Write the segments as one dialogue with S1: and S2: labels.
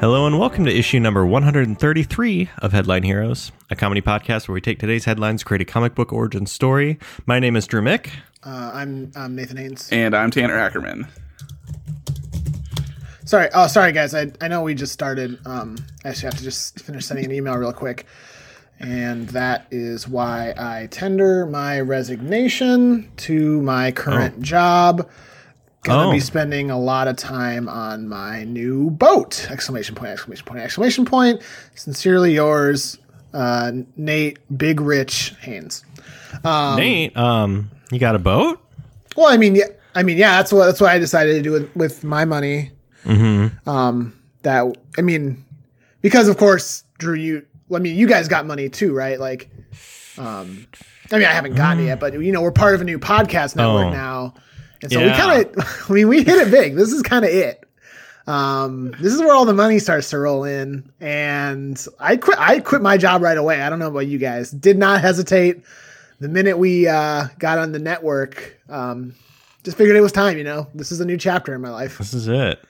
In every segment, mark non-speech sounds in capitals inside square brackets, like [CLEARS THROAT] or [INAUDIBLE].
S1: Hello and welcome to issue number 133 of Headline Heroes, a comedy podcast where we take today's headlines, create a comic book origin story. My name is Drew Mick.
S2: Uh, I'm I'm Nathan Haynes.
S3: And I'm Tanner Ackerman.
S2: Sorry, oh sorry guys. I, I know we just started. Um, I actually have to just finish sending an email real quick, and that is why I tender my resignation to my current job. Gonna
S1: Oh.
S2: be spending a lot of time on my new boat! Exclamation point! Exclamation point! Exclamation point! Sincerely yours, uh, Nate Big Rich Haynes.
S1: Nate, um, you got a boat?
S2: Well, I mean, yeah, I mean, yeah, that's what that's what I decided to do with, with my money. Mm-hmm. Um, that I mean, because of course, Drew, you, well, I mean, you guys got money too, right? Like, um, I mean, I haven't gotten it yet, but you know, we're part of a new podcast network
S1: Oh.
S2: now, and so
S1: Yeah.
S2: we kind of, I mean, [LAUGHS] we hit it big. This is kind of it. Um, this is where all the money starts to roll in, and I quit. I quit my job right away. I don't know about you guys. Did not hesitate the minute we uh, got on the network, um, just figured it was time. You know, this is a new chapter in my life.
S1: This is it.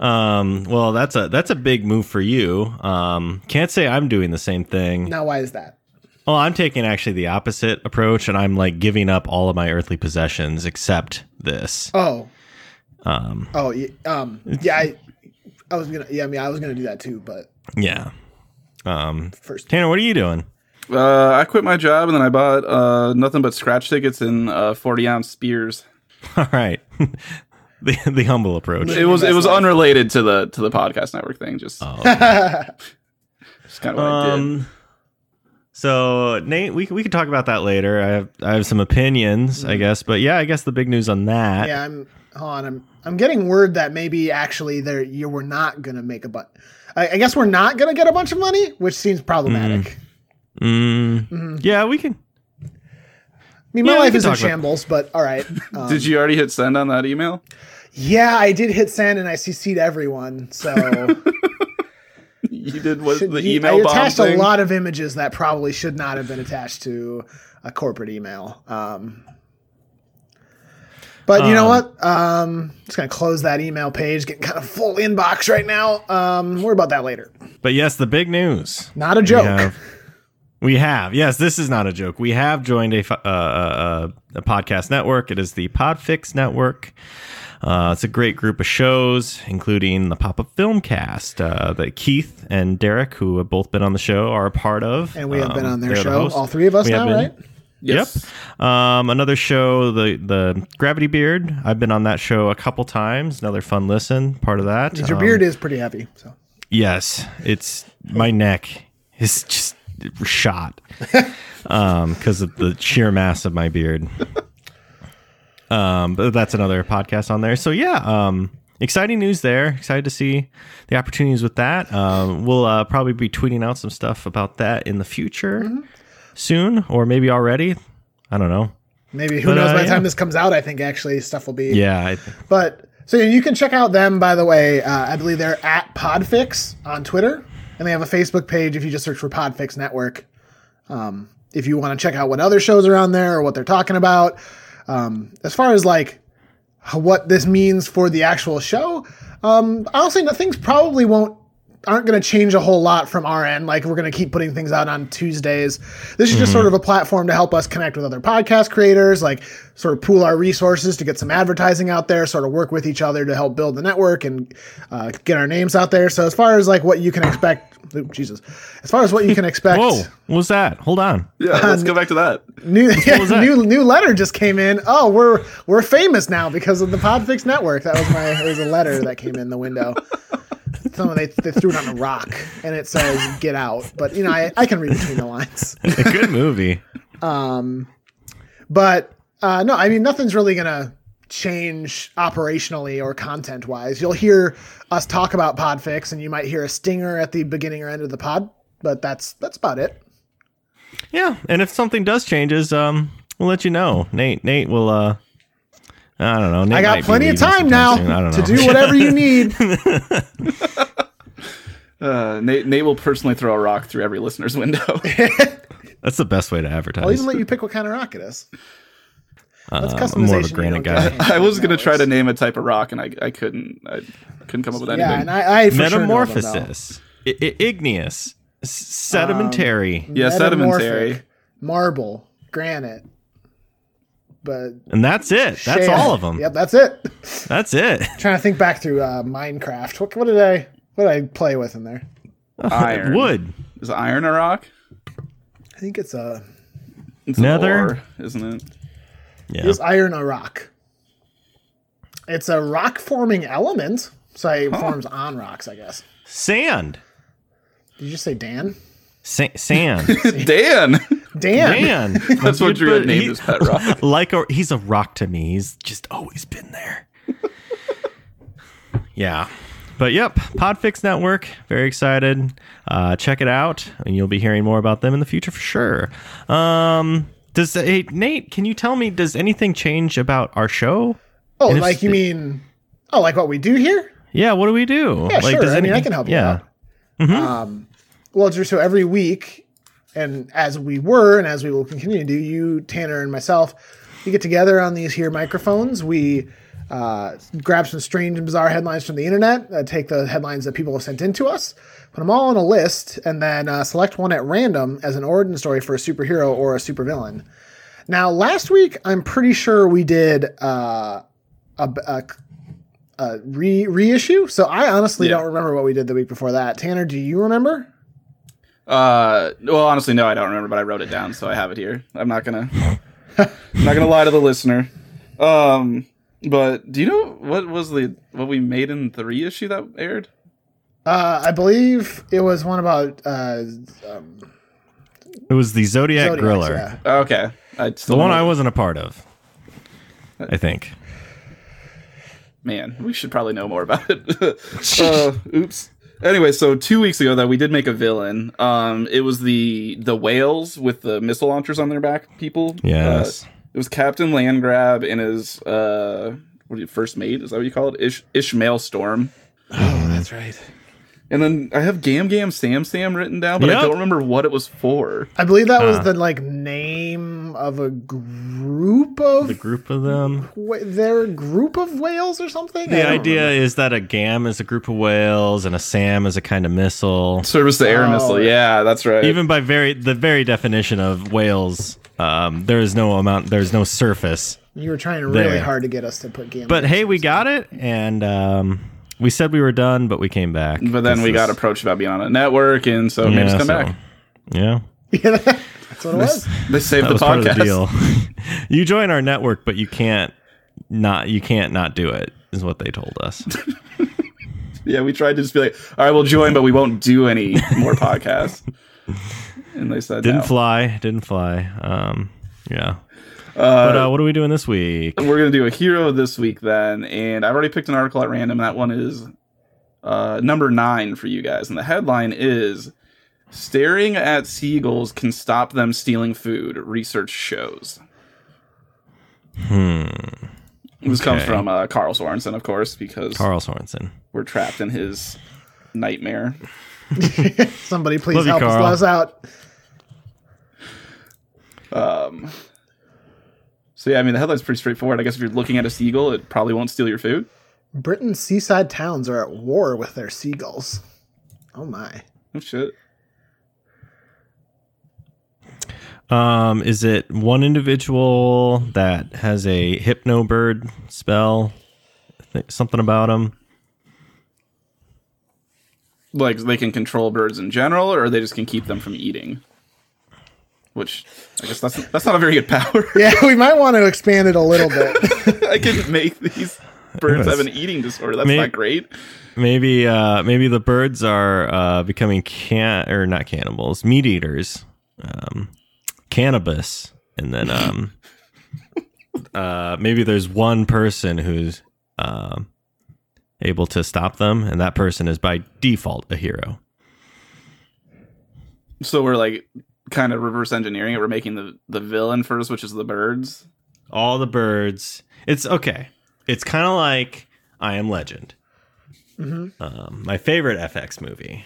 S1: Um, well, that's a that's a big move for you. Um, can't say I'm doing the same thing.
S2: Now, why is that?
S1: Well, I'm taking actually the opposite approach, and I'm like giving up all of my earthly possessions except this.
S2: Oh, um, oh, y- um, yeah, I, I was gonna, yeah, I mean, I was gonna do that too, but
S1: Yeah. Um,
S2: first,
S1: Tanner, what are you doing? [LAUGHS]
S3: Uh, I quit my job and then I bought uh, nothing but scratch tickets and uh, 40 ounce spears.
S1: All right. [LAUGHS] the the humble approach.
S3: It was it was unrelated to the to the podcast network thing. Just
S2: Oh.
S3: [LAUGHS] just kind of what I did.
S1: Um, so Nate, we we can talk about that later. I have I have some opinions, I guess, but yeah, I guess the big news on that.
S2: Mm-hmm. yeah, I'm hold on. I'm I'm getting word that maybe actually there you were not gonna make a bunch. I, I guess we're not gonna get a bunch of money, which seems problematic.
S1: Mm,
S2: Mm-hmm.
S1: Yeah, we can.
S2: I mean, my
S1: Yeah, we
S2: life
S1: can
S2: is in
S1: talk about-
S2: shambles, but all right. Um,
S3: Did you already hit send on that email?
S2: yeah, I did hit send and I CC'd
S1: [LAUGHS]
S2: everyone, so.
S3: You did what
S2: Should-
S3: the
S2: you-
S3: email
S2: I
S3: bomb
S2: attached a
S3: thing.
S2: lot of images that probably should not have been attached to a corporate email. Um, but you know what? Um, just gonna close that email page. Getting kind of full inbox right now. Um, worry about that later.
S1: But yes, the big news.
S2: Not a joke.
S1: We have, we have- Yes, this is not a joke. We have joined a, fi- uh, uh, uh, a podcast network. It is the Podfix Network. Uh, it's a great group of shows, including the Pop Up Filmcast uh, that Keith and Derek, who have both been on the show, are a part of.
S2: and we have been
S1: Um,
S2: on their
S1: they're the
S2: show,
S1: hosts.
S2: all three of us
S1: We have
S2: now,
S1: been-
S2: right?
S3: Yes.
S1: Yep. Um, another show, the the Gravity Beard. I've been on that show a couple times. Another fun listen. Part of that.
S2: Your
S1: Um,
S2: beard is pretty heavy. So
S1: Yes, it's my neck is just
S2: [LAUGHS]
S1: shot because of the sheer mass of my beard. [LAUGHS] Um, but that's another podcast on there. So yeah, um, exciting news there. Excited to see the opportunities with that. Um, we'll uh, probably be tweeting out some stuff about that in the future
S2: Mm-hmm.
S1: soon, or maybe already. I don't know.
S2: maybe who
S1: But,
S2: knows?
S1: uh,
S2: by the
S1: yeah.
S2: time this comes out, I think actually stuff will be.
S1: Yeah, I,
S2: But so you can check out them by the way. Uh, I believe they're at Podfix on Twitter, and they have a Facebook page if you just search for Podfix Network. Um, if you want to check out what other shows are on there or what they're talking about, um, as far as like h- what this means for the actual show, um, honestly, no- things probably won't aren't going to change a whole lot from our end. Like we're going to keep putting things out on Tuesdays. This is just sort of a platform to help us connect with other podcast creators, like sort of pool our resources to get some advertising out there, sort of work with each other to help build the network and uh, get our names out there. So as far as like what you can expect, oop, Jesus, as far as what you can expect,
S1: whoa, what was that? Hold on.
S2: [LAUGHS]
S3: Yeah. Let's go back to that.
S2: new [LAUGHS]
S1: was that?
S2: new new letter just came in. Oh, we're we're famous now because of the Podfix Network. That was my it was a letter that came in
S1: [LAUGHS]
S2: the window. Someone they, they threw it on a rock and it says "Get out." But you know, I, I can read between the lines.
S1: [LAUGHS] A good movie.
S2: But uh, no, I mean nothing's really gonna change operationally or content wise. You'll hear us talk about Podfix, and you might hear a stinger at the beginning or end of the pod. But that's that's about it.
S1: Yeah, and if something does changes, um, we'll let you know. Nate, Nate will. uh I don't know. Nate
S2: I
S1: might be
S2: got plenty of
S1: leaving sometime
S2: time now
S1: soon. I don't
S2: to
S1: know.
S2: do whatever you need.
S3: Uh, Nate, Nate will personally throw a rock through every
S2: [LAUGHS]
S3: listener's window.
S1: [LAUGHS] That's the best way to
S2: I'll
S1: advertise.
S2: even let you pick what kind of rock it is. That's
S1: Uh, I'm more of a
S2: you
S1: granite
S2: don't get
S1: guy.
S2: to
S3: I was
S2: handle
S3: gonna
S2: that
S3: try to
S2: ways.
S3: name a type of rock and I I couldn't. I, Couldn't come up with anything.
S2: Yeah, and I, I for sure know them, though.
S1: Metamorphosis, I- I- igneous, S- sedimentary,
S2: Um,
S3: Yeah, sedimentary.
S2: Metamorphic, marble, granite, but
S1: and that's it. That's
S2: shale.
S1: all of them.
S2: Yep, that's it. [LAUGHS]
S1: That's it. [LAUGHS]
S2: trying to think back through uh, Minecraft. What, what did I what did I play with in there?
S3: iron.
S1: Wood.
S3: Is iron a rock?
S2: I think it's a
S3: It's
S1: Nether?
S3: an ore, isn't it?
S1: Yeah.
S2: is iron a rock? It's a rock forming element, so it forms on rocks, I guess.
S1: Sand.
S2: Did you just say Dan?
S1: Sa-
S2: [LAUGHS]
S1: sand.
S3: [LAUGHS]
S1: [LAUGHS]
S3: Dan.
S2: Dan.
S1: Man.
S3: That's what Drew had
S1: But
S3: named
S1: he-
S3: his
S1: [LAUGHS]
S3: pet rock.
S1: like a, he's a rock to me. He's just always been
S2: [LAUGHS]
S1: there. yeah. But yep, Podfix Network, very excited. Uh, check it out, and you'll be hearing more about them in the future for sure. Um, does hey, Nate? Can you tell me? Does anything change about our show?
S2: Oh,
S1: And if-
S2: like you mean? Oh, like what we do here?
S1: Yeah, what do we do?
S2: Yeah, sure.
S1: does
S2: I mean, I
S1: anything-
S2: can help you
S1: Yeah,
S2: out. Um, well, Drew, so every week, and as we were, and as we will continue to do, you, Tanner, and myself, we get together on these here microphones. We uh, grab some strange and bizarre headlines from the internet, uh, take the headlines that people have sent in to us, put them all on a list, and then uh, select one at random as an origin story for a superhero or a supervillain. Now, last week, I'm pretty sure we did uh, a, a re reissue. So I honestly
S3: Yeah.
S2: don't remember what we did the week before that. Tanner, do you remember?
S3: Uh, well, honestly, no, I don't remember, but I wrote it down, so I have it here. I'm not gonna, [LAUGHS] I'm not gonna lie to the listener. Um, but do you know what was the what we made in the reissue that aired?
S2: Uh, I believe it was one about uh, um,
S1: it was the Zodiac,
S2: Zodiacs,
S1: Griller,
S2: yeah.
S3: Okay, I still
S1: the one I
S3: don't-
S1: wasn't a part of. I think.
S3: man, we should probably know more about it. [LAUGHS] uh, oops. Anyway, so two weeks ago that we did make a villain. Um, it was the the whales with the missile launchers on their back. People.
S1: Yes.
S3: Uh, it was Captain Landgrab and his uh, what do you first mate? Is that what you call it? Ish, Ishmael Storm.
S2: Oh, that's right.
S3: And then I have Gam Gam Sam Sam written down, but I
S1: Yep.
S3: don't remember what it was for.
S2: I believe that was the like name of a group of
S1: The group of them.
S2: wh- their group of whales or something. I
S1: The
S2: don't
S1: idea is that a gam is a group of whales and a sam is a kind of missile.
S3: Service to air
S2: Oh.
S3: missile. Yeah, that's right.
S1: Even by very the very definition of whales, um, there is no amount, there is no surface.
S2: know. you were trying really
S1: There.
S2: hard to get us to put game.
S1: But hey, we got it, and um, we said we were done, but we came back.
S3: but then we got approached about being on a network, and so maybe just come back.
S1: Yeah,
S2: [LAUGHS] yeah, that's what it was.
S3: They saved
S1: that
S3: the
S1: was part of
S3: podcast.
S1: the deal. [LAUGHS] you join our network, but you can't not you can't not do it. Is what they told
S3: [LAUGHS]
S1: us.
S3: Yeah, we tried to just be like, all right, we'll join, but we won't
S1: [LAUGHS]
S3: do any more podcasts. And they said,
S1: Didn't
S3: no.
S1: fly. Didn't fly. Um, yeah. but uh, what are we doing this week?
S3: we're going to do a hero this week then. And I've already picked an article at random. That one is uh, number nine for you guys. And the headline is Staring at Seagulls Can Stop Them Stealing Food, Research Shows.
S1: Hmm.
S3: This comes
S1: Okay.
S3: from uh, Carl Sorensen, of course, because
S1: Carl Sorensen.
S3: we're trapped in his nightmare.
S2: [LAUGHS] Somebody please
S1: Love you,
S2: help us,
S1: Carl.
S2: let us out.
S3: Um, so, yeah, I mean, the headline's pretty straightforward. I guess if you're looking at a seagull, it probably won't steal your food.
S2: Britain's seaside towns are at war with their seagulls. Oh my.
S3: Oh, shit.
S1: Um, is it one individual that has a hypno bird spell? Th- something about him.
S3: like they can control birds in general, or they just can keep them from eating. Which I guess that's that's not a very good power. [LAUGHS]
S2: Yeah, [LAUGHS] we might want to expand it a little bit. [LAUGHS]
S3: I can make these birds have an eating disorder. That's
S1: May-
S3: not great.
S1: Maybe, uh, maybe the birds are uh, becoming can or not cannibals, meat eaters, um, cannabis, and then um, uh, maybe there's one person who's um, able to stop them, and that person is by default a hero.
S3: So we're like kind of reverse engineering it. We're making the the villain first, which is the birds.
S1: all the birds. It's okay. It's kind of like I Am Legend. Um, my favorite FX movie.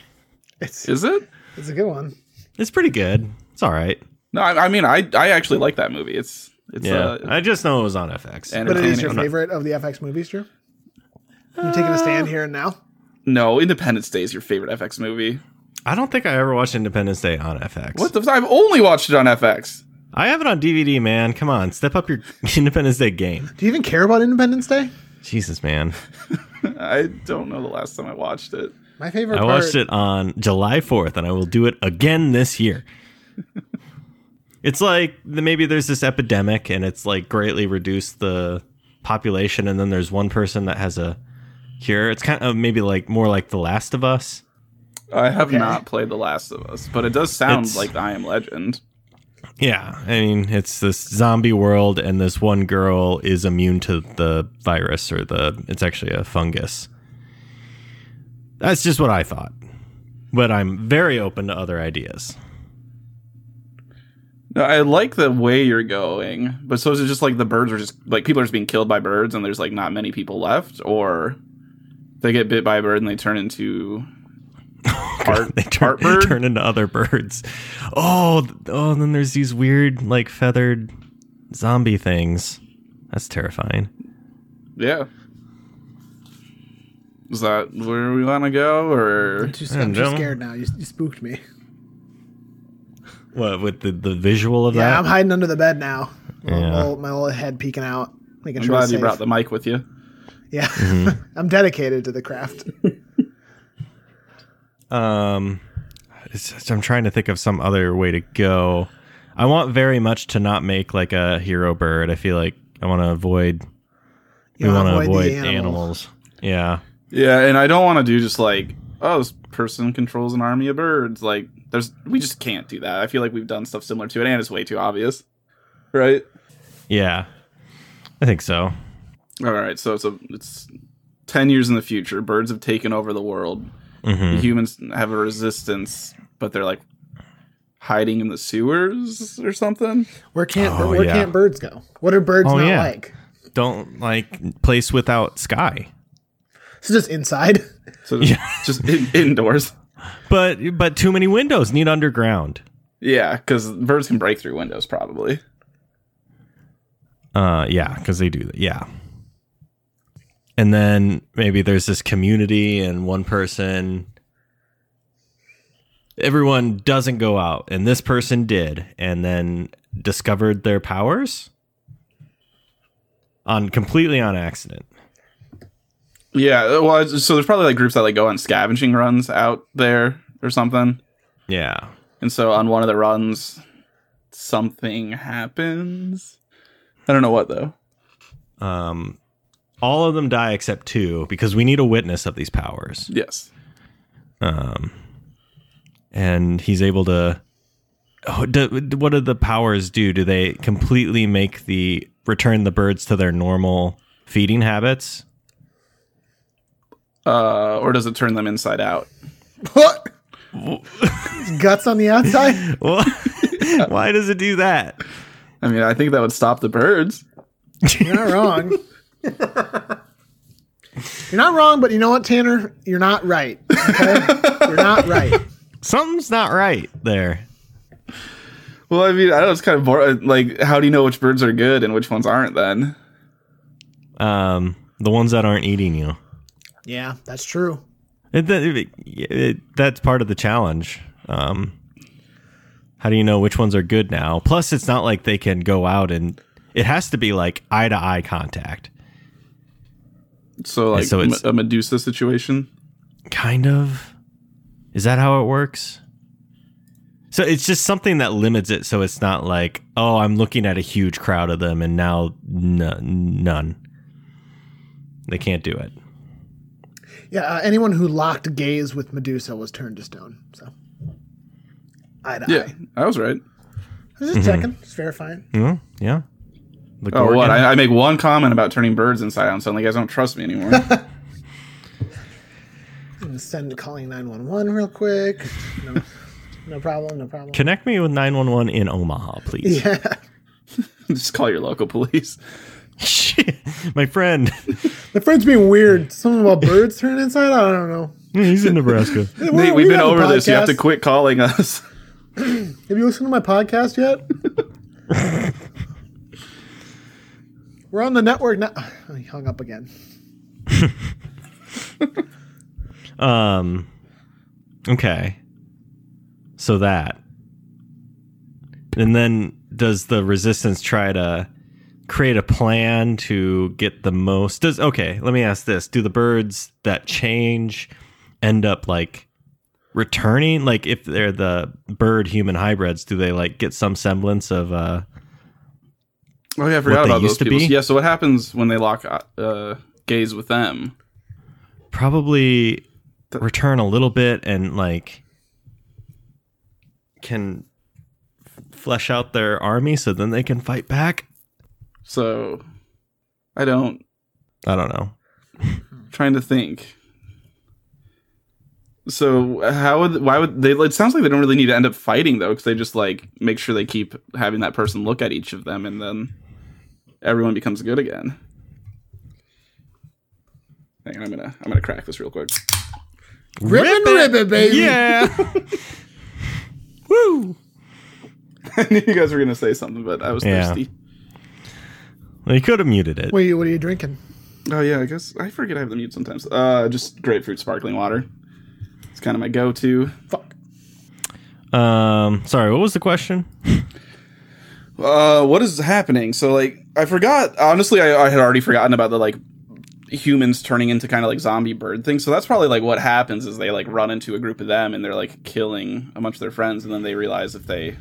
S2: It's
S3: Is it?
S2: it's a good one.
S1: It's pretty good. It's all right.
S3: No, I, I mean I I actually like that movie. It's it's
S1: yeah,
S3: uh,
S1: I just know it was on FX.
S3: And-
S2: But it is your
S3: I'm not-
S2: favorite of the FX movies, Drew? You taking a stand here and now?
S3: No, Independence Day is your favorite FX movie.
S1: I don't think I ever watched Independence Day on FX.
S3: What the? I've only watched it on FX.
S1: I have it on DVD, man. Come on, step up your [LAUGHS] Independence Day game.
S2: Do you even care about Independence Day?
S1: Jesus, man.
S3: I don't know the last time I watched it.
S2: My favorite.
S1: I
S2: part,
S1: watched it on July 4th, and I will do it again this [LAUGHS] year. it's like the- maybe there's this epidemic, and it's like greatly reduced the population, and then there's one person that has a cure. It's kind of maybe like more like The Last of Us.
S3: I have
S2: Okay.
S3: not played The Last of Us, but it does sound
S1: It's-
S3: like I Am Legend.
S1: Yeah, I mean it's this zombie world, and this one girl is immune to the virus or the it's actually a fungus. That's just what I thought, but I'm very open to other ideas.
S3: No, I like the way you're going, but so is it just like the birds are just like people are just being killed by birds and there's like not many people left, or they get bit by a bird and they turn into
S1: [LAUGHS]
S3: part,
S1: they turn,
S3: part bird?
S1: turn into other birds. Oh, th- oh, and then there's these weird like feathered zombie things. That's terrifying.
S3: Yeah. Is that where we want to go, or
S2: I'm too,
S1: Yeah,
S2: I'm too
S1: gentlemen.
S2: scared now. You, you spooked
S3: [LAUGHS]
S2: me.
S1: What with the, the visual of
S2: Yeah, I'm
S1: that?
S2: hiding under the bed now. My
S1: Yeah.
S2: little- my little head peeking out, making
S3: I'm
S2: sure
S3: glad
S2: it's
S3: you
S2: safe.
S3: brought the mic with you.
S2: [LAUGHS] Yeah,
S1: Mm-hmm.
S2: I'm dedicated to the
S3: [LAUGHS]
S2: craft.
S1: um, it's just- I'm trying to think of some other way to go. I want very much to not make like a hero bird. I feel like I want to avoid.
S2: You
S1: we
S2: wanna
S1: want to
S2: avoid
S1: avoid
S2: the animal.
S1: animals. Yeah.
S3: Yeah, and I don't want to do just like, oh, this person controls an army of birds. Like, there's we just can't do that. I feel like we've done stuff similar to it, and it's way too obvious, right?
S1: Yeah. I think so.
S3: All right, so it's a it's ten years in the future. Birds have taken over the world.
S1: hmm
S3: The humans have a resistance, but they're like hiding in the sewers or something.
S2: Where can't
S1: Oh,
S2: where
S1: yeah.
S2: can't birds go? What are birds
S1: Oh,
S2: not
S1: yeah.
S2: like?
S1: Don't like place without sky.
S2: So just inside. [LAUGHS]
S3: So just, [LAUGHS] just in, indoors.
S1: But but too many windows need underground.
S3: Yeah, because birds can break through windows probably.
S1: Uh, yeah, because they do that. Yeah. And then maybe there's this community, and one person, everyone doesn't go out, and this person did, and then discovered their powers on completely on accident.
S3: Yeah, well, it's- so there's probably like groups that like go on scavenging runs out there or something.
S1: Yeah.
S3: And so on one of the runs, something happens. I don't know what though.
S1: Um, all of them die except two because we need a witness of these powers.
S3: Yes.
S1: um, and he's able to. Oh, do, what do the powers do? Do they completely make the return the birds to their normal feeding habits? [LAUGHS]
S3: Uh, or does it turn them inside out?
S2: What? Guts on the outside.
S1: Well, [LAUGHS] why does it do that?
S3: I mean, I think that would stop the birds.
S2: You're not wrong. you're not wrong, but you know what, Tanner? You're not right. Okay? you're not right.
S1: [LAUGHS] Something's not right there.
S3: Well, I mean, I don't know. It's kind of boring. Like, how do you know which birds are good and which ones aren't then?
S1: Um, the ones that aren't eating you.
S2: Yeah, that's true.
S1: It, it- it- that's part of the challenge. Um, how do you know which ones are good now? Plus, it's not like they can go out and it has to be like eye to eye contact.
S3: So, like,
S1: so it's-
S3: a Medusa situation.
S1: kind of is that how it works so it's just something that limits it so it's not like oh i'm looking at a huge crowd of them and now n- none they can't do it
S2: Yeah, uh, anyone who locked gaze with Medusa was turned to stone. So, eye to
S3: Yeah,
S2: eye.
S3: I was right.
S2: I was just checking, just verifying.
S1: Hmm, yeah the
S3: Oh,
S1: Gorgon-
S3: what? I, I make one comment about turning birds inside out, and suddenly you guys don't trust
S1: [LAUGHS]
S3: me anymore.
S2: I'm gonna send calling nine one one real quick. No, no problem. No problem.
S1: connect me with 911 in omaha [LAUGHS] please
S2: [LAUGHS] yeah.
S3: Just call your local police.
S1: Shit, my friend
S2: My friend's being weird. Something about birds turning inside. out? I don't know.
S1: he's in nebraska
S2: Hey,
S3: Nate,
S2: we're-
S3: we've
S2: we
S3: been
S2: have a
S3: over this. You have to
S2: podcast.
S3: quit calling us.
S2: Have you listened to my podcast yet? [LAUGHS] [SIGHS] We're on the network now. Oh, he hung up again.
S1: Um. Okay. So that. And then does the resistance try to create a plan to get the most does okay, let me ask this. Do the birds that change end up like returning? Like if they're the bird human hybrids, do they like get some semblance of uh
S3: Oh yeah, I forgot
S1: they
S3: about those
S1: used to
S3: people.
S1: be?
S3: Yeah, so what happens when they lock uh, gaze with them?
S1: probably return a little bit and like can f- flesh out their army so then they can fight back?
S3: So I don't
S1: I don't know.
S3: trying to think. So how would why would they? It sounds like they don't really need to end up fighting though, because they just like make sure they keep having that person look at each of them, and then everyone becomes good again. Hang on, I'm gonna I'm gonna crack this real quick. [LAUGHS]
S2: Ribbon, ribbon, baby. [LAUGHS]
S1: Yeah. Woo.
S3: I knew you guys were gonna say something, but I was
S1: Yeah.
S3: thirsty.
S1: Well, you could have muted it.
S2: What are you, what are you drinking?
S3: Oh yeah, I guess I forget I have the mute sometimes. Uh, just grapefruit sparkling water. It's kind of my go-to.
S2: Fuck.
S1: Um, sorry, what was the question?
S3: Uh, what is happening? So like, I forgot. Honestly, I, I had already forgotten about the like humans turning into kind of like zombie bird thing. So that's probably like what happens is they like run into a group of them and they're like killing a bunch of their friends, and then they realize if they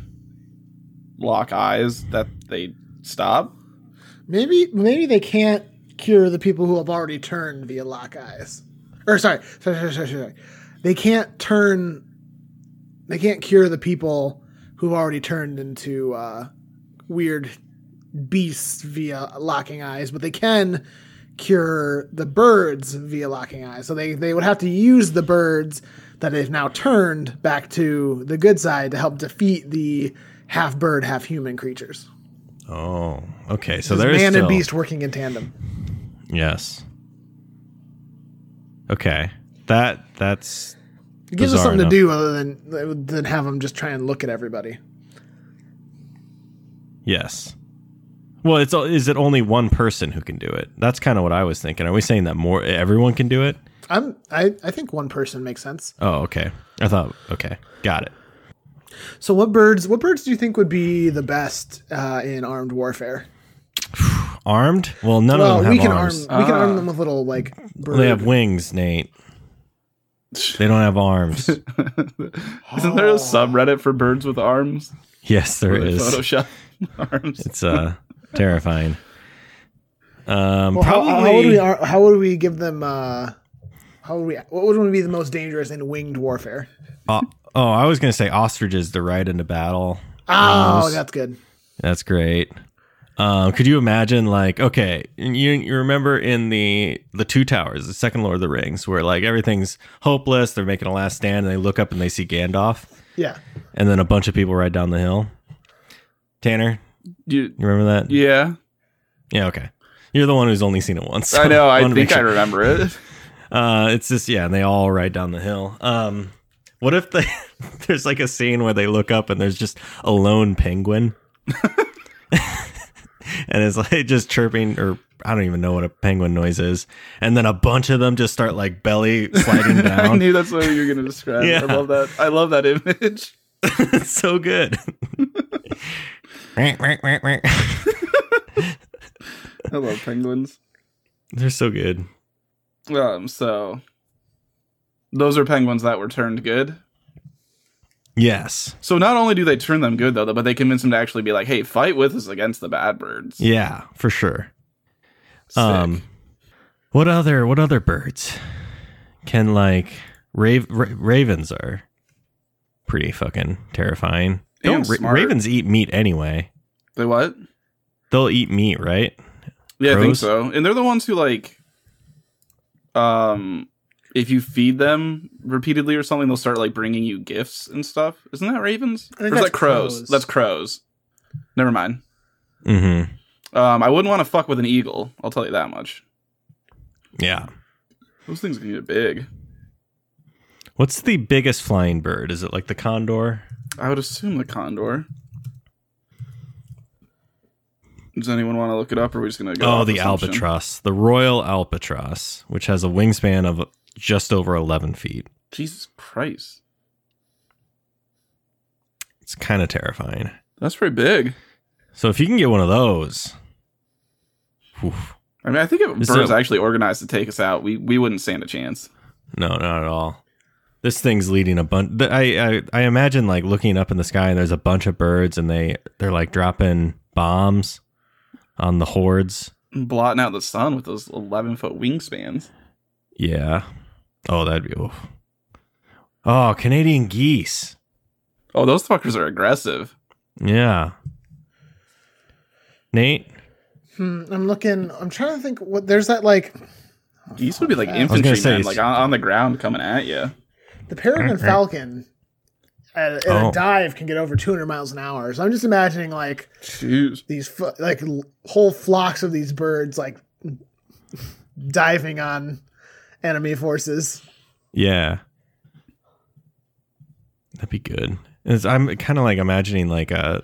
S3: lock eyes that they stop. [LAUGHS]
S2: Maybe maybe they can't cure the people who have already turned via lock eyes. Or sorry, sorry, sorry, sorry, sorry. They can't turn. They can't cure the people who've already turned into uh, weird beasts via locking eyes, but they can cure the birds via locking eyes. So they they would have to use the birds that they've now turned back to the good side to help defeat the half bird, half human creatures.
S1: Oh, okay. So
S2: This
S1: there
S2: man
S1: is still,
S2: and beast working in tandem.
S1: Yes. Okay. That that's
S2: It gives us
S1: Bizarre
S2: something
S1: enough.
S2: to do other than than have them just try and look at everybody.
S1: yes. Well, it's is it only one person who can do it? That's kind of what I was thinking. Are we saying that more everyone can do it?
S2: I'm I, I think one person makes sense.
S1: Oh, okay. I thought okay. Got it.
S2: So what birds what birds do you think would be the best uh, in armed warfare?
S1: Armed? Well, none of them
S2: well,
S1: have
S2: we can
S1: arms. Uh,
S2: arm we can
S3: Ah.
S2: arm them with little like bird.
S1: They have wings, Nate. They don't have
S2: [LAUGHS]
S1: arms.
S3: Isn't there a subreddit for birds with arms?
S1: yes, there
S3: They
S1: is.
S3: Photoshop [LAUGHS] arms.
S1: It's uh terrifying. Um,
S2: Well, how-
S1: probably
S2: how, would we ar- how would we give them uh, how would we what would one be the most dangerous in winged warfare?
S1: Uh, oh, I was gonna say ostriches. They're right into battle.
S2: Oh,
S1: Arms.
S2: that's good.
S1: That's great. Um, could you imagine, like, okay, you, you remember in the the Two Towers, the second Lord of the Rings, where like everything's hopeless, they're making a last stand, and they look up and they see Gandalf,
S2: Yeah.
S1: and then a bunch of people ride down the hill. Tanner,
S3: You,
S1: you remember that?
S3: yeah,
S1: Yeah, okay. You're the one who's only seen it once.
S3: I know. I
S1: wanna make
S3: think I
S1: sure.
S3: remember it.
S1: Uh, it's just yeah, and they all ride down the hill. Um, what if they [LAUGHS] there's like a scene where they look up and there's just a lone penguin, [LAUGHS] and it's like just chirping or I don't even know what a penguin noise is, and then a bunch of them just start like belly sliding
S3: [LAUGHS] I
S1: down.
S3: knew that's what you were gonna
S1: [LAUGHS]
S3: describe.
S1: Yeah.
S3: I love that. I love that image.
S1: [LAUGHS]
S3: [LAUGHS]
S1: it's so good. [LAUGHS]
S3: I love penguins.
S1: They're so good.
S3: Um, so those are penguins that were turned good.
S1: Yes.
S3: So not only do they turn them good though, but they convince them to actually be like, "Hey, fight with us against the bad birds."
S1: Yeah, for sure.
S3: Sick.
S1: Um, what other what other birds can like rave, ra- ravens are pretty fucking terrifying.
S3: And
S1: Don't ra-
S3: smart.
S1: ravens eat meat anyway?
S3: they what?
S1: They'll eat meat, right?
S3: Yeah, I think
S1: Crows?
S3: so. And they're the ones who like, um, if you feed them repeatedly or something, they'll start like bringing you gifts and stuff. Isn't that ravens?
S2: I think
S3: or is
S2: that's
S3: that crows?
S2: crows.
S3: That's crows. Never mind.
S1: Mm-hmm.
S3: Um, I wouldn't want to fuck with an eagle. I'll tell you that much.
S1: Yeah.
S3: Those things can get big.
S1: What's the biggest flying bird? Is it like the condor?
S3: I would assume the condor. Does anyone want to look it up, or are we just gonna go?
S1: Oh,
S3: off
S1: the
S3: assumption?
S1: albatross, the royal albatross, which has a wingspan of just over 11 feet.
S3: Jesus Christ.
S1: It's kind of terrifying.
S3: That's pretty big.
S1: So if you can get one of those, whew,
S3: I mean, I think if
S1: Is
S3: birds
S1: that-
S3: actually organized to take us out, we, we wouldn't stand a chance.
S1: no, not at all. This thing's leading a bunch. I, I I imagine like looking up in the sky and there's a bunch of birds and they they're like dropping bombs on the hordes.
S3: Blotting out the sun with those 11 foot wingspans.
S1: Yeah. Oh, that'd be. Oof. Oh, Canadian geese.
S3: Oh, those fuckers are aggressive.
S1: Yeah. Nate,
S2: Hmm, I'm looking. I'm trying to think. What there's that like
S3: Geese would be like
S2: I was
S1: gonna say,
S3: infantrymen,
S1: it's-
S3: like on, on the ground coming at you.
S2: the peregrine
S1: Mm-mm.
S2: falcon at, at
S1: Mm-hmm. Oh.
S2: a dive can get over 200 miles an hour. So I'm just imagining like
S3: Jeez.
S2: these fo- like l- whole flocks of these birds like diving on enemy forces.
S1: Yeah. That'd be good. And It's, I'm kind of like imagining like a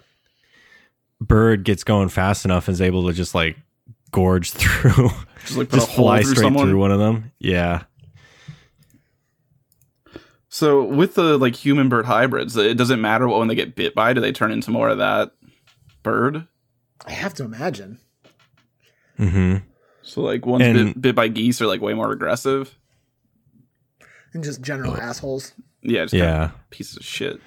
S1: bird gets going fast enough and is able to just like gorge [LAUGHS] through,
S3: Just like put
S1: just
S3: a hole
S1: fly
S3: through
S1: straight
S3: someone.
S1: through one of them. Yeah.
S3: So with the like human bird hybrids, it doesn't matter what when they get bit by. Do they turn into more of that bird?
S2: I have to imagine.
S1: Mm-hmm.
S3: So like ones
S1: And-
S3: bit, bit by geese are like way more aggressive.
S2: And just
S1: Oh.
S2: general assholes.
S3: Yeah, just yeah,
S1: Yeah.
S3: pieces of shit.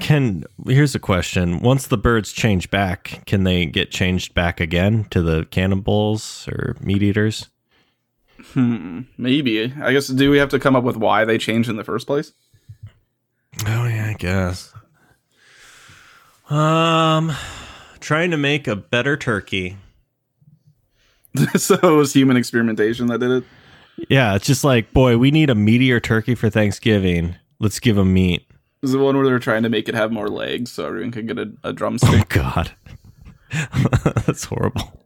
S1: Can here's a question: Once the birds change back, can they get changed back again to the cannibals or meat eaters?
S3: Hmm. Maybe. I guess. Do we have to come up with why they changed in the first place? [LAUGHS]
S1: Oh yeah, I guess. Um, trying to make a better turkey.
S3: so it was human experimentation that did it.
S1: Yeah, it's just like, boy, we need a meatier turkey for Thanksgiving. Let's give them meat.
S3: It was the one where they were trying to make it have more legs so everyone could get a,
S1: [LAUGHS]
S3: a
S1: Oh
S3: drumstick.
S1: God, that's horrible.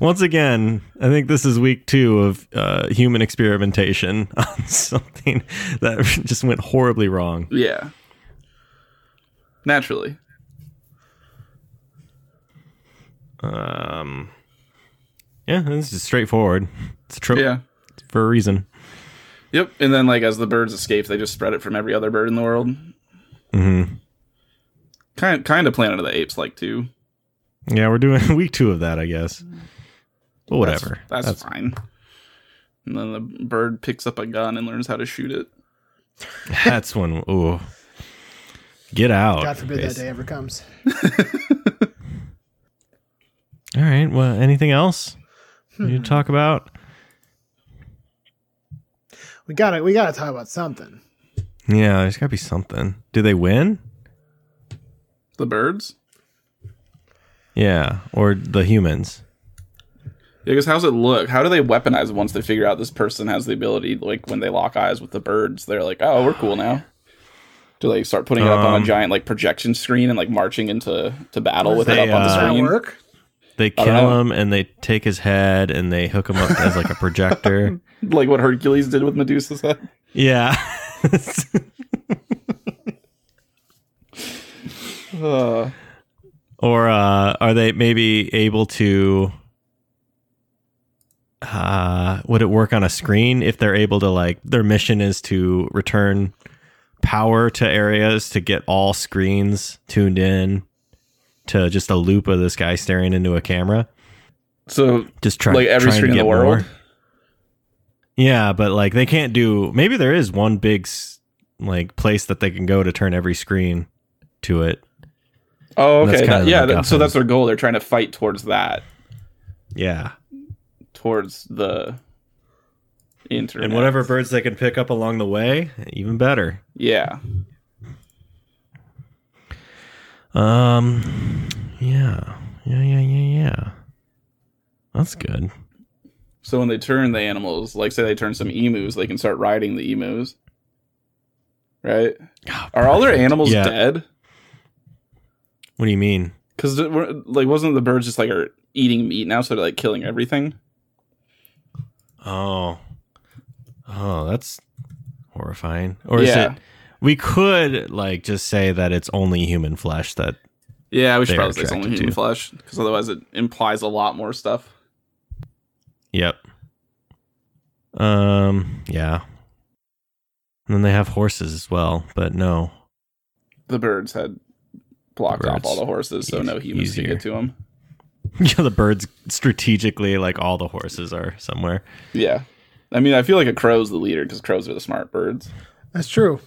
S1: Once again, I think this is week two of uh, human experimentation [LAUGHS] on something that [LAUGHS] just went horribly wrong.
S3: yeah. Naturally.
S1: Um, yeah, this is straightforward. It's a trope
S3: Yeah.
S1: for a reason.
S3: Yep. And then like as the birds escape, they just spread it from every other bird in the world.
S1: Mhm.
S3: Kind kind of Planet of the Apes like too.
S1: Yeah, we're doing [LAUGHS] week two of that, I guess. But
S3: That's-
S1: whatever.
S3: That's, fine. And then the bird picks up a gun and learns how to shoot it. [LAUGHS]
S1: that's, that's when. Ooh, get out!
S2: God forbid that
S1: basi-
S2: day ever comes.
S1: All right. Well, anything else
S2: Hmm.
S1: you need to talk about?
S2: We gotta we gotta talk about something.
S1: Yeah, there's got to be something. Do they win?
S3: The birds?
S1: Yeah, or the humans?
S3: Yeah, because how's it look? How do they weaponize once they figure out this person has the ability? Like when they lock eyes with the birds, they're like, "Oh, we're cool now." Do they start putting it up on
S1: Um,
S3: a giant like projection screen and like marching into to battle with it
S1: they,
S3: up on
S1: uh,
S2: Does
S3: the
S2: that
S3: screen?
S2: work?
S1: They
S3: don't
S1: kill
S3: know.
S1: him and they take his head and they hook him up as like a
S3: [LAUGHS]
S1: projector.
S3: Like what Hercules did with Medusa's head.
S1: yeah.
S3: Uh,
S1: [LAUGHS] or uh, are they maybe able to uh, would it work on a screen if they're able to like their mission is to return power to areas to get all screens tuned in to just a loop of this guy staring into a camera
S3: so
S1: just try,
S3: like every
S1: trying
S3: screen
S1: to get
S3: in the world.
S1: more. yeah but like they can't do maybe there is one big s- like place that they can go to turn every screen to it
S3: Oh,
S1: That's
S3: okay.
S1: kind
S3: That-
S1: of the
S3: yeah. That, so
S1: MacGuffin.
S3: that's their goal. They're trying to fight towards that,
S1: yeah
S3: towards the internet.
S1: And whatever birds they can pick up along the way, even better.
S3: Yeah.
S1: Um, yeah, yeah, yeah, yeah, yeah. That's good.
S3: So when they turn the animals, like say they turn some emus, they can start riding the emus. Right? Are all their animals
S1: Ah, Yeah.
S3: dead?
S1: What do you mean?
S3: Because like wasn't the birds just like are eating meat now, so they're like killing everything?
S1: Oh, oh, that's horrifying. Or is
S3: Yeah.
S1: it? We could like just say that it's only human flesh that.
S3: Yeah, we should
S1: They are
S3: probably say it's only
S1: attracted
S3: human
S1: to.
S3: flesh, because otherwise it implies a lot more stuff.
S1: Yep. Um. Yeah. And then they have horses as well, but no. [LAUGHS]
S3: The birds had blocked off
S1: Birds.
S3: all the horses, so no
S1: Eas-
S3: humans could
S1: easier.
S3: get to them.
S1: Yeah, the birds strategically, like all the horses are somewhere.
S3: Yeah. I mean, I feel like a crow's the leader because crows are the smart birds.
S2: That's true.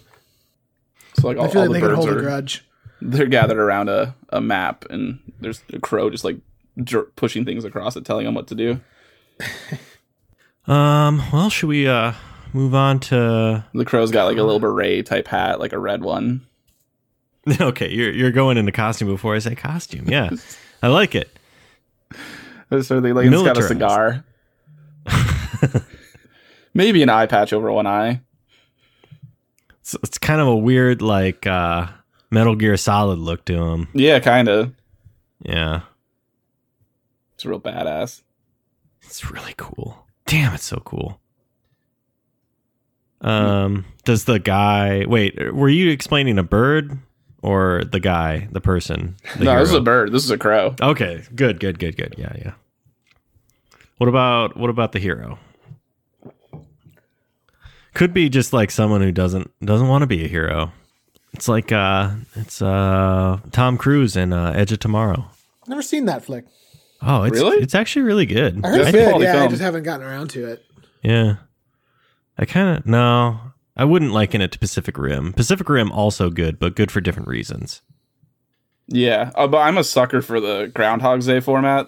S3: So like all,
S2: I feel
S3: all
S2: like they
S3: the
S2: could
S3: birds
S2: hold a
S3: are
S2: grudge.
S3: they're gathered around a, a map, and there's a crow just like jer- pushing things across it, telling them what to do.
S1: Um, well, should we uh move on to [LAUGHS]
S3: The crow's got like a little beret type hat, like a red one.
S1: Okay, you're you're going into costume before I say costume. Yeah. I like it.
S3: Uh, So they like it's got a
S1: Militarized. [LAUGHS]
S3: cigar, maybe an eye patch over one eye.
S1: It's, it's kind of a weird like uh Metal Gear Solid look to him.
S3: Yeah, kind of.
S1: Yeah.
S3: It's real badass.
S1: It's really cool. Damn, it's so cool. Um, does the guy wait? Were you explaining a bird or the guy, the person? the
S3: no, this is
S1: hero?
S3: a bird. This is a crow.
S1: okay. Good, good, good, good. Yeah, yeah. What about what about the hero? Could be just like someone who doesn't doesn't want to be a hero. It's like uh, it's uh, Tom Cruise in uh, Edge of Tomorrow.
S2: Never seen that flick.
S1: Oh, it's
S3: Really?
S1: it's actually really good.
S2: I heard
S3: That's
S2: it's
S3: a
S2: good.
S3: quality
S2: Yeah, I
S3: film.
S2: just haven't gotten around to it.
S1: Yeah. I kind of no. I wouldn't liken it to Pacific Rim. Pacific Rim also good, but good for different reasons.
S3: Yeah, uh, but I'm a sucker for the Groundhog's Day format.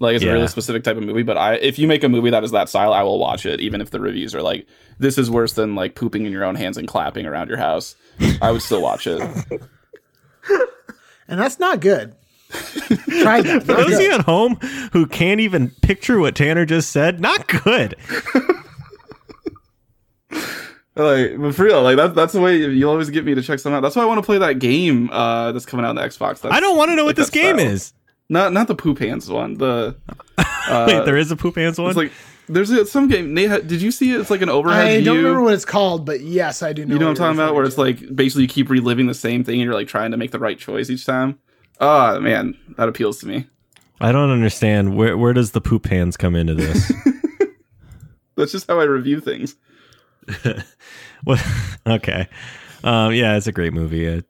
S3: Like it's
S1: Yeah.
S3: a really specific type of movie, but I if you make a movie that is that style, I will watch it, even if the reviews are like, "This is worse than like pooping in your own hands and clapping around your house." I would still
S2: [LAUGHS]
S3: watch it.
S2: And that's not
S3: [LAUGHS]
S2: good. Try that.
S1: For
S2: Not
S1: those of you
S2: good.
S1: at home who can't even picture what Tanner just said, not good.
S3: Like but for real, like that's that's the way you always get me to check something out. That's why I want to play that game uh, that's coming out on the Xbox. That's,
S1: I don't want to know what
S3: like
S1: this
S3: that
S1: game
S3: style.
S1: is.
S3: not not the poop hands one. The uh,
S1: Wait, there is a poop hands one.
S3: it's like there's a, some game. Nate, ha- did you see it? It's like an overhead
S2: I
S3: view.
S2: don't remember what it's called, but yes, I do know.
S3: You know what I'm
S2: you're
S3: talking about? Where it's
S2: referring
S3: like basically you keep reliving the same thing and you're like trying to make the right choice each time. Oh man, that appeals to me.
S1: I don't understand where where does the poop hands come into
S3: [LAUGHS]
S1: this?
S3: That's just how I review things.
S1: what? Okay, um, yeah, it's a great movie. Uh,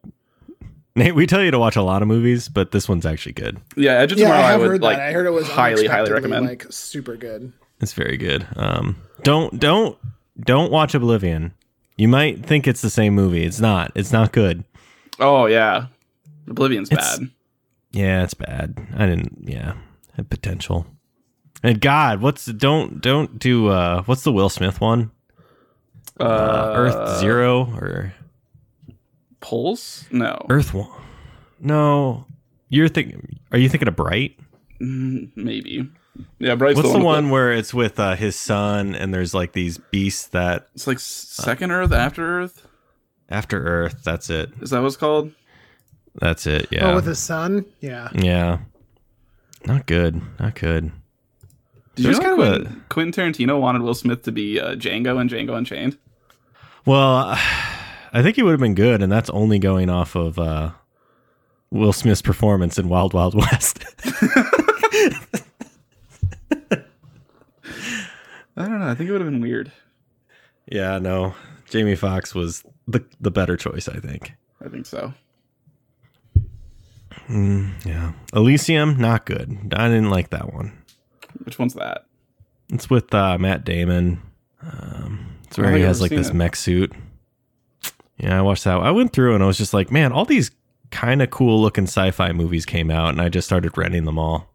S1: Nate, we tell you to watch a lot of movies, but this one's actually good.
S3: Yeah, Edge of
S2: to. Yeah, I
S3: Tomorrow I,
S2: have
S3: would
S2: heard
S3: like
S2: that. I heard it was
S3: highly, highly
S2: unexpectedly,
S3: recommend.
S2: Like super good.
S1: It's very good. Um, don't don't don't watch Oblivion. You might think it's the same movie. It's not. It's not good.
S3: oh yeah. Oblivion's
S1: It's-
S3: bad.
S1: Yeah, it's bad. I didn't. Yeah, had potential. And God, what's don't don't do. Uh, what's the Will Smith one?
S3: Uh,
S1: Uh, Earth Zero or
S3: Pulse? No.
S1: Earth One? No, you're thinking. Are you thinking of Bright?
S3: Mm, Maybe. Yeah, Bright's
S1: What's
S3: the
S1: the
S3: one. with
S1: one where it's with uh, his son and there's like these beasts that
S3: It's like Second Earth, After Earth.
S1: after Earth. That's it.
S3: Is that what it's called?
S1: That's it. Yeah.
S2: Oh, with his son. Yeah.
S1: Yeah. Not good. Not good.
S3: Did you
S1: There's
S3: know kind
S1: kind of
S3: Quentin, Quentin Tarantino wanted Will Smith to be uh, Django and Django Unchained?
S1: Well, I think he would have been good, and that's only going off of uh, Will Smith's performance in Wild Wild [LAUGHS] West.
S3: I don't know. I think it would have been weird.
S1: yeah, no. Jamie Foxx was the the better choice, I think.
S3: I think so.
S1: Mm, yeah. Elysium, not good. I didn't like that one.
S3: Which one's that?
S1: It's with uh, Matt Damon. Um, it's
S3: I
S1: where
S3: don't
S1: he
S3: think I've
S1: has
S3: ever
S1: like
S3: seen
S1: this
S3: it.
S1: mech suit. Yeah, I watched that. I went through and I was just like, man, all these kind of cool looking sci-fi movies came out, and I just started renting them all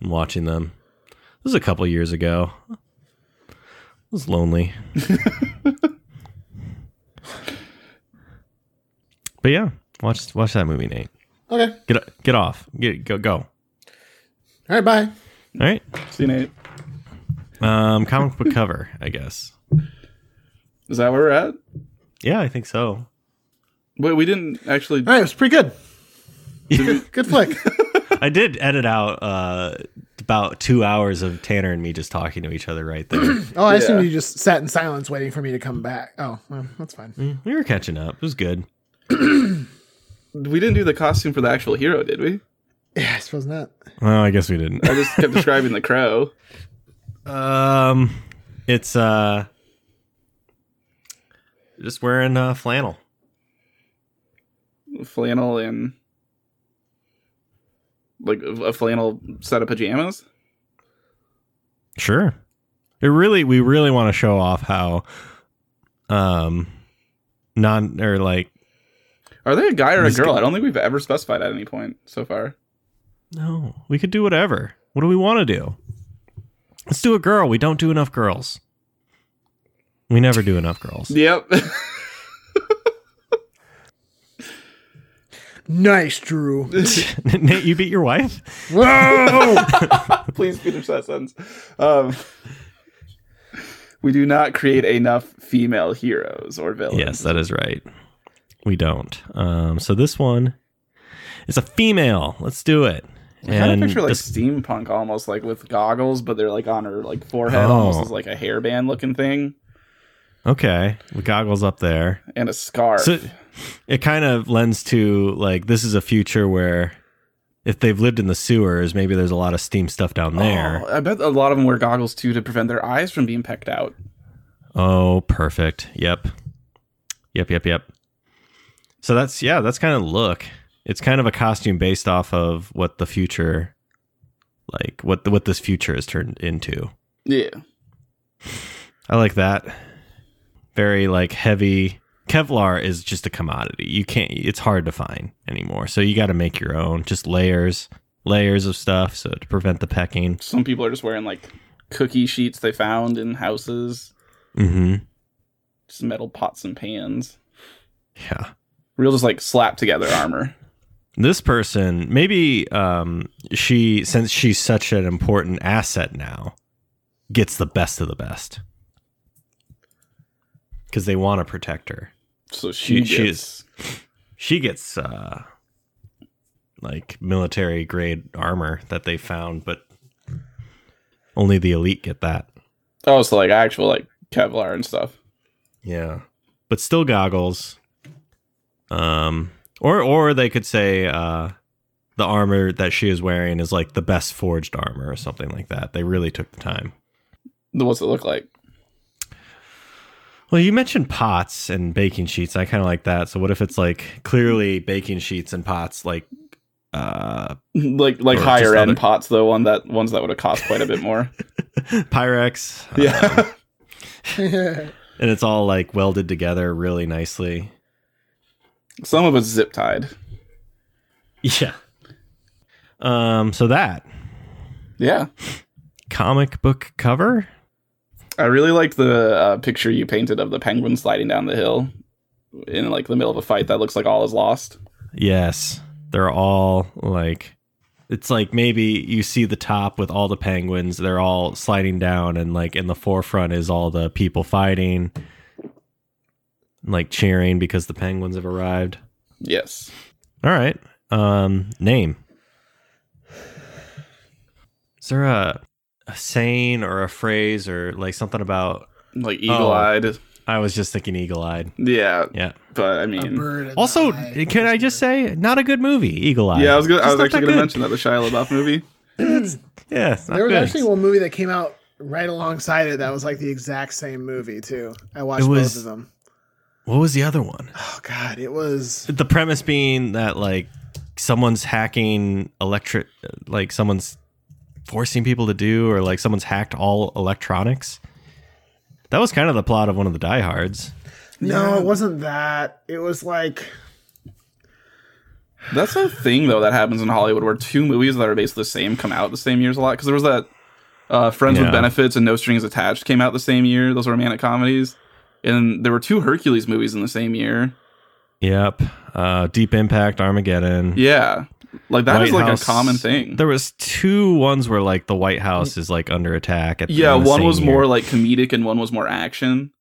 S1: and watching them. This was a couple years ago. I was
S3: [LAUGHS]
S1: lonely. but yeah, watch watch that movie, Nate.
S2: Okay.
S1: Get get off. Get go go. All
S2: All right. Bye.
S1: right.
S3: See Nate.
S1: Um, comic book cover, I guess.
S3: Is that where we're at?
S1: Yeah, I think so.
S3: Wait, we didn't actually.
S2: All right. It was pretty
S3: [LAUGHS]
S2: good. Good flick.
S1: I did edit out uh, about two hours of Tanner and me just talking to each other right there. [CLEARS THROAT]
S2: Oh, I assume
S3: Yeah.
S2: you just sat in silence waiting for me to come back. Oh, well, that's fine.
S3: Mm.
S1: we were catching up. It was good.
S3: We didn't do the costume for the actual hero, did we?
S2: Yeah, I suppose not.
S1: Well, I guess we [LAUGHS] didn't.
S3: I just kept describing the crow.
S1: Um, it's uh, Just wearing uh, flannel.
S3: flannel and like a flannel set of pajamas.
S1: Sure. It really we really want to show off how um non or like
S3: Are they a guy or a
S1: This
S3: girl?
S1: guy-
S3: I don't think we've ever specified at any point so far.
S1: no, we could do whatever. What do we want to do? Let's do a girl. We don't do enough girls. We never do enough girls. [LAUGHS]
S3: Yep.
S2: Nice, Drew.
S1: [LAUGHS] Nate, you beat your wife?
S2: Whoa! [LAUGHS]
S3: Please finish that sentence. Um, we do not create enough female heroes or villains.
S1: Yes, that is right. We don't. Um so this one is a female. Let's do it.
S3: I kind of
S1: And
S3: picture like
S1: this-
S3: steampunk almost like with goggles, but they're like on her like forehead,
S1: Oh.
S3: almost as like a hairband looking thing,
S1: okay, the goggles up there.
S3: and a scarf.
S1: So it kind of lends to like this is a future where if they've lived in the sewers, maybe there's a lot of steam stuff down there.
S3: Oh, I bet a lot of them wear goggles too to prevent their eyes from being pecked out.
S1: Oh, perfect. Yep. Yep, yep, yep. So that's yeah, that's kind of look. It's kind of a costume based off of what the future like what the, what this future is turned into.
S3: Yeah.
S1: I like that. Very like heavy Kevlar is just a commodity. You can't it's hard to find anymore. So you got to make your own, just layers, layers of stuff so to prevent the pecking.
S3: Some people are just wearing like cookie sheets they found in houses,
S1: Mhm.
S3: just metal pots and pans.
S1: Yeah.
S3: Real just like slap together armor.
S1: This person, maybe um she since she's such an important asset now, gets the best of the best. Cuz they want to protect her.
S3: So
S1: She-
S3: she,
S1: she
S3: gets-
S1: she gets uh like military grade armor that they found but only the elite get that
S3: Oh, so like actual like Kevlar and stuff.
S1: yeah but still goggles um or or they could say uh the armor that she is wearing is like the best forged armor or something like that they really took the time
S3: What's it look like? [LAUGHS]
S1: well you mentioned pots and baking sheets i kind of like that so what if it's like clearly baking sheets and pots like uh [LAUGHS]
S3: Like like
S1: Or just
S3: higher end
S1: other-
S3: pots though, one that ones that would have cost quite a
S1: [LAUGHS]
S3: bit more.
S1: pyrex um,
S3: yeah.
S1: and it's all like welded together really nicely.
S3: [LAUGHS] Some of it's zip tied.
S1: Yeah. Um. So that
S3: Yeah.
S1: comic book cover.
S3: I really like the uh, picture you painted of the penguin sliding down the hill in like the middle of a fight that looks like all is lost.
S1: Yes, they're all like. It's like maybe you see the top with all the penguins. They're all sliding down, and like in the forefront is all the people fighting, like cheering because the penguins have arrived.
S3: Yes.
S1: All right. Um, name. Is there a, a saying or a phrase or like something about?
S3: Like eagle eyed.
S1: I was just thinking eagle eyed.
S3: Yeah.
S1: Oh. Yeah.
S3: But I
S2: A
S3: mean
S2: bird in
S1: Also,
S2: the eye.
S1: can I just say, not a good movie, Eagle Eye.
S3: Yeah, I was gonna,
S1: It's
S3: I was
S1: not
S3: actually
S1: that
S3: gonna
S1: good.
S3: mention that the Shia LaBeouf movie.
S1: Yeah, it's not
S2: There was
S1: good.
S2: actually one movie that came out right alongside it that was like the exact same movie too. I watched
S1: It was-
S2: both of them.
S1: What was the other one?
S2: Oh god, it was
S1: The premise being that like someone's hacking electric, like someone's forcing people to do, or like someone's hacked all electronics. That was kind of the plot of one of the diehards.
S2: no, it wasn't that. It was like
S3: That's a thing though that happens in Hollywood where two movies that are basically the same come out the same years a lot. Because there was that uh, Friends
S1: Yeah.
S3: with Benefits and No Strings Attached came out the same year. Those romantic comedies, and there were two Hercules movies in the same year.
S1: Yep. Uh, Deep Impact, Armageddon.
S3: Yeah, like that
S1: White
S3: is like
S1: House-
S3: a common thing.
S1: There was two ones where like the White House is like under attack. At the-
S3: yeah,
S1: in the
S3: one
S1: same
S3: was
S1: year.
S3: more like comedic and one was more action.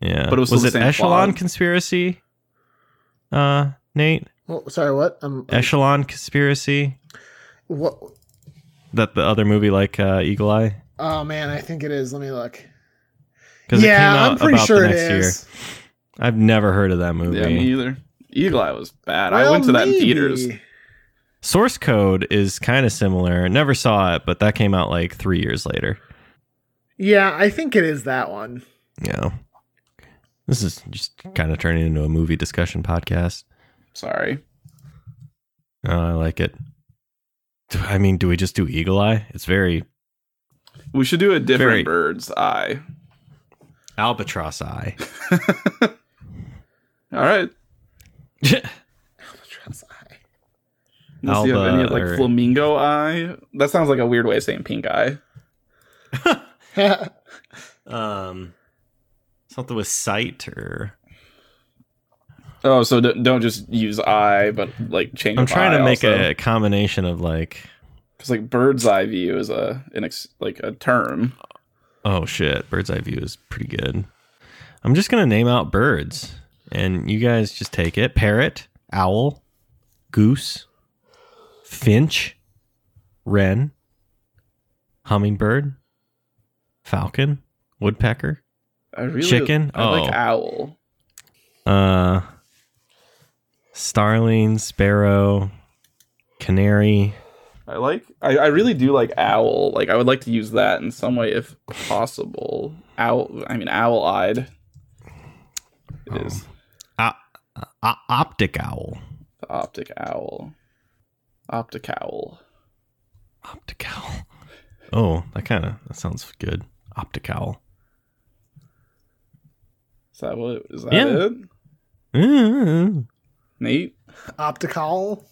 S1: Yeah,
S3: But it was still the
S1: it
S3: same
S1: Echelon
S3: plot.
S1: conspiracy? Uh, Nate,
S2: well, sorry, what? Um,
S1: Echelon conspiracy.
S2: what?
S1: That the other movie, like uh, Eagle Eye,
S2: Oh man, I think it is. Let me look.
S1: because it came out about the
S2: it
S1: next
S2: is.
S1: year. I've never heard of that movie.
S3: Yeah, me either. Eagle Eye was bad. I
S2: Well,
S3: went to that in
S2: maybe.
S3: theaters.
S1: Source Code is kind of similar. Never saw it, but that came out like three years later.
S2: Yeah, I think it is that one.
S1: Yeah. This is just kind of turning into a movie discussion podcast.
S3: Sorry.
S1: Oh, I like it. I mean, do we just do Eagle Eye? It's very
S3: We should do a different
S1: Very-
S3: bird's eye. [LAUGHS]
S1: albatross eye.
S3: All right.
S2: Albatross eye.
S3: Unless you have any
S1: Alba
S3: like
S1: or-
S3: flamingo eye. That sounds like a weird way of saying pink eye.
S1: um, something with sight or
S3: Oh, so d- don't just use eye, but like change.
S1: I'm trying to make a combination of like,
S3: because like bird's eye view is a an ex- like a term.
S1: oh shit, bird's eye view is pretty good. I'm just gonna name out birds, and you guys just take it: parrot, owl, goose, finch, wren, hummingbird, falcon, woodpecker.
S3: I really
S1: Chicken?
S3: I like
S1: Oh.
S3: owl.
S1: Uh, starling, sparrow, canary.
S3: I like. I, I really do like owl. Like I would like to use that in some way if possible. Owl. I mean, owl eyed. It is
S1: Oh. O- optic owl.
S3: the optic owl. Optic owl.
S1: Optic owl. [LAUGHS] Oh, that kind of that sounds good. Optic owl.
S3: Is that what? Is that
S1: Yeah.
S3: it?
S1: Mm.
S3: Nate.
S2: [LAUGHS] Optical.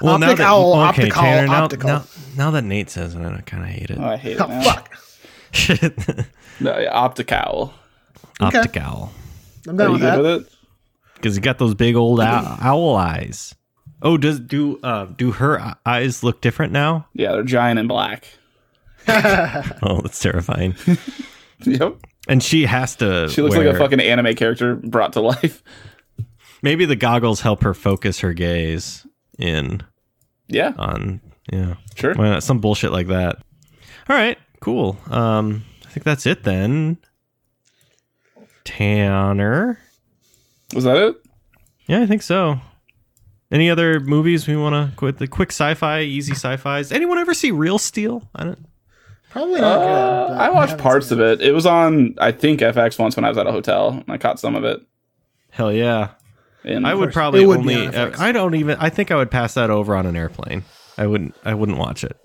S1: Well, now
S2: Optic
S1: that-
S2: owl, optic owl,
S1: Tanner, now,
S2: optical.
S1: now, now that Nate says it, I kind of hate it. [LAUGHS]
S3: Oh, I hate it.
S2: Oh,
S3: Now.
S2: fuck. [LAUGHS]
S3: No, yeah, optic owl.
S1: Optic owl.
S2: I'm
S3: Are
S2: done
S3: you
S2: with
S3: good
S2: that.
S3: with it?
S1: Because he got those big old
S2: [CLEARS THROAT]
S1: owl, owl eyes. Oh, does do uh do her e- eyes look different now?
S3: Yeah, they're giant and black. [LAUGHS]
S1: Oh, that's terrifying.
S3: Yep.
S1: And she has to.
S3: She looks like a
S1: wear-
S3: fucking anime character brought to [LAUGHS] life.
S1: Maybe the goggles help her focus her gaze in
S3: Yeah,
S1: on yeah.
S3: sure.
S1: Why not? Some bullshit like that. All right, cool. Um, I think that's it then. Tanner.
S3: Was that it?
S1: Yeah, I think so. Any other movies we want to quit? The quick sci-fi, easy sci-fi's. Anyone ever see Real Steel? I don't.
S2: Probably not
S3: Uh,
S2: good. but
S3: I watched
S2: haven't
S3: parts
S2: seen
S3: of it. It was on, I think, FX once when I was at a hotel, and I caught some of it.
S1: Hell yeah!
S3: And
S1: I would
S2: course.
S1: probably
S2: It would be
S1: only.
S2: on
S1: uh,
S2: FX.
S1: I don't even. I think I would pass that over on an airplane. I wouldn't. I wouldn't watch it.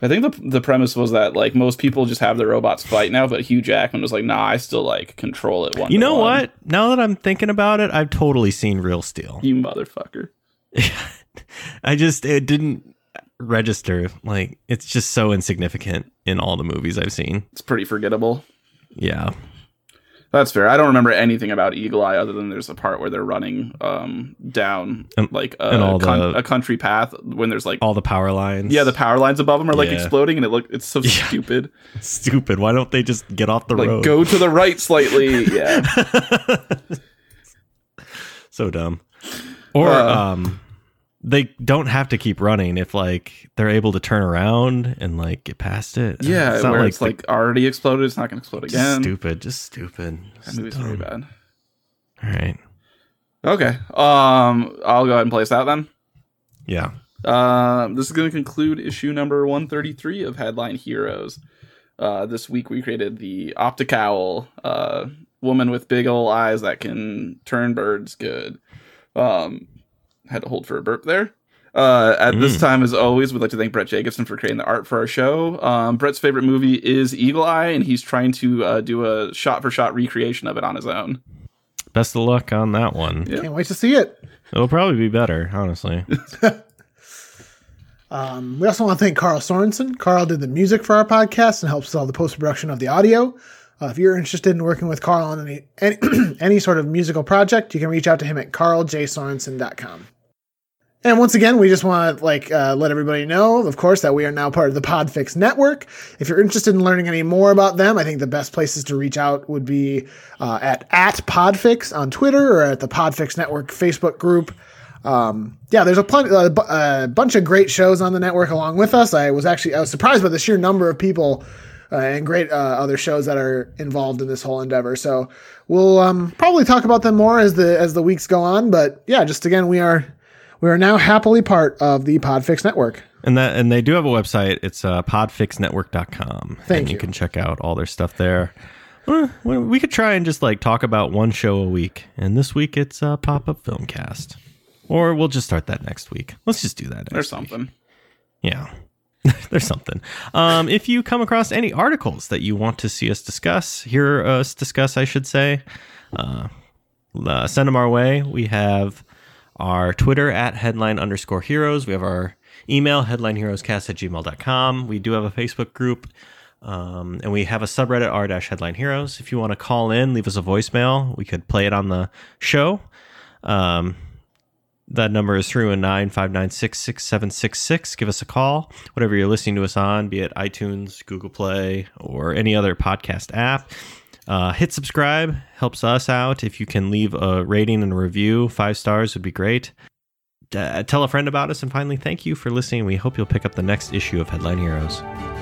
S3: I think the the premise was that like most people just have their robots fight now, but Hugh Jackman was like, "Nah, I still like control it one."
S1: You
S3: to
S1: know
S3: one."
S1: what? Now that I'm thinking about it, I've totally seen Real Steel. [LAUGHS]
S3: You motherfucker.
S1: I just it didn't register. Like it's just so insignificant in all the movies I've seen.
S3: It's pretty forgettable.
S1: Yeah.
S3: That's fair. I don't remember anything about Eagle Eye other than there's a part where they're running um down
S1: And-
S3: like
S1: and
S3: a,
S1: all
S3: con-
S1: the-
S3: a country path when there's like
S1: All the power lines. [LAUGHS]
S3: yeah the power lines above them are like
S1: Yeah.
S3: exploding and it look it's so
S1: [LAUGHS] Yeah.
S3: stupid.
S1: stupid. Why don't they just get off the
S3: like
S1: road?
S3: go to the
S1: [LAUGHS]
S3: right slightly. yeah.
S1: so dumb. Or
S3: Uh.
S1: um they don't have to keep running if like they're able to turn around and like get past it.
S3: Yeah,
S1: It's not
S3: where
S1: like
S3: it's like already exploded, it's not gonna explode
S1: just
S3: again.
S1: stupid, just stupid.
S3: That movie's pretty
S1: Dumb.
S3: bad.
S1: All right.
S3: Okay. Um I'll go ahead and place that then.
S1: Yeah.
S3: Uh, this is going to conclude issue number 133 of Headline Heroes. Uh, this week we created the Optic Owl, uh, woman with big ol' eyes that can turn birds good. Um, had to hold for a burp there. Uh, at this
S1: Mm.
S3: time, as always, we'd like to thank Brett Jacobson for creating the art for our show. Um, Brett's favorite movie is Eagle Eye, and he's trying to uh, do a shot for shot recreation of it on his own.
S1: Best of luck on that one.
S3: Yeah.
S2: it. Can't wait to see it.
S1: It'll probably be better, honestly.
S2: Um, we also want to thank Carl Sorensen. Carl did the music for our podcast and helps with all the post production of the audio. Uh, if you're interested in working with Carl on any [CLEARS THROAT] any, any sort of musical project, you can reach out to him at carljsorensen.com. And once again, we just want to like uh, let everybody know, of course, that we are now part of the Podfix Network. If you're interested in learning any more about them, I think the best places to reach out would be uh, at at Podfix on Twitter or at the Podfix Network Facebook group. Um, yeah, there's a, plenty, a, bu- a bunch of great shows on the network along with us. I was actually I was surprised by the sheer number of people uh, and great uh, other shows that are involved in this whole endeavor. So we'll um, probably talk about them more as the as the weeks go on. But yeah, just again, we are we are now happily part of the Podfix Network.
S1: And that and they do have a website. It's uh, podfixnetwork.com.
S2: Thank
S1: and you.
S2: you.
S1: can check out all their stuff there. Well, we could try and just like talk about one show a week, and this week it's uh, pop up filmcast, or we'll just start that next week. Let's just do that. Next
S3: There's
S1: week.
S3: something.
S1: Yeah. [LAUGHS] There's something. Um, if you come across any articles that you want to see us discuss, hear us discuss, I should say, uh, uh, send them our way. We have our Twitter at headline underscore heroes. We have our email headlineheroescast at gmail.com. We do have a Facebook group. Um, and we have a subreddit r dash headline heroes. If you want to call in, leave us a voicemail. We could play it on the show. Um, that number is 319 596 6766. Give us a call, whatever you're listening to us on, be it iTunes, Google Play, or any other podcast app. Uh, hit subscribe, helps us out. If you can leave a rating and a review, five stars would be great. Uh, tell a friend about us, and finally, thank you for listening. We hope you'll pick up the next issue of Headline Heroes.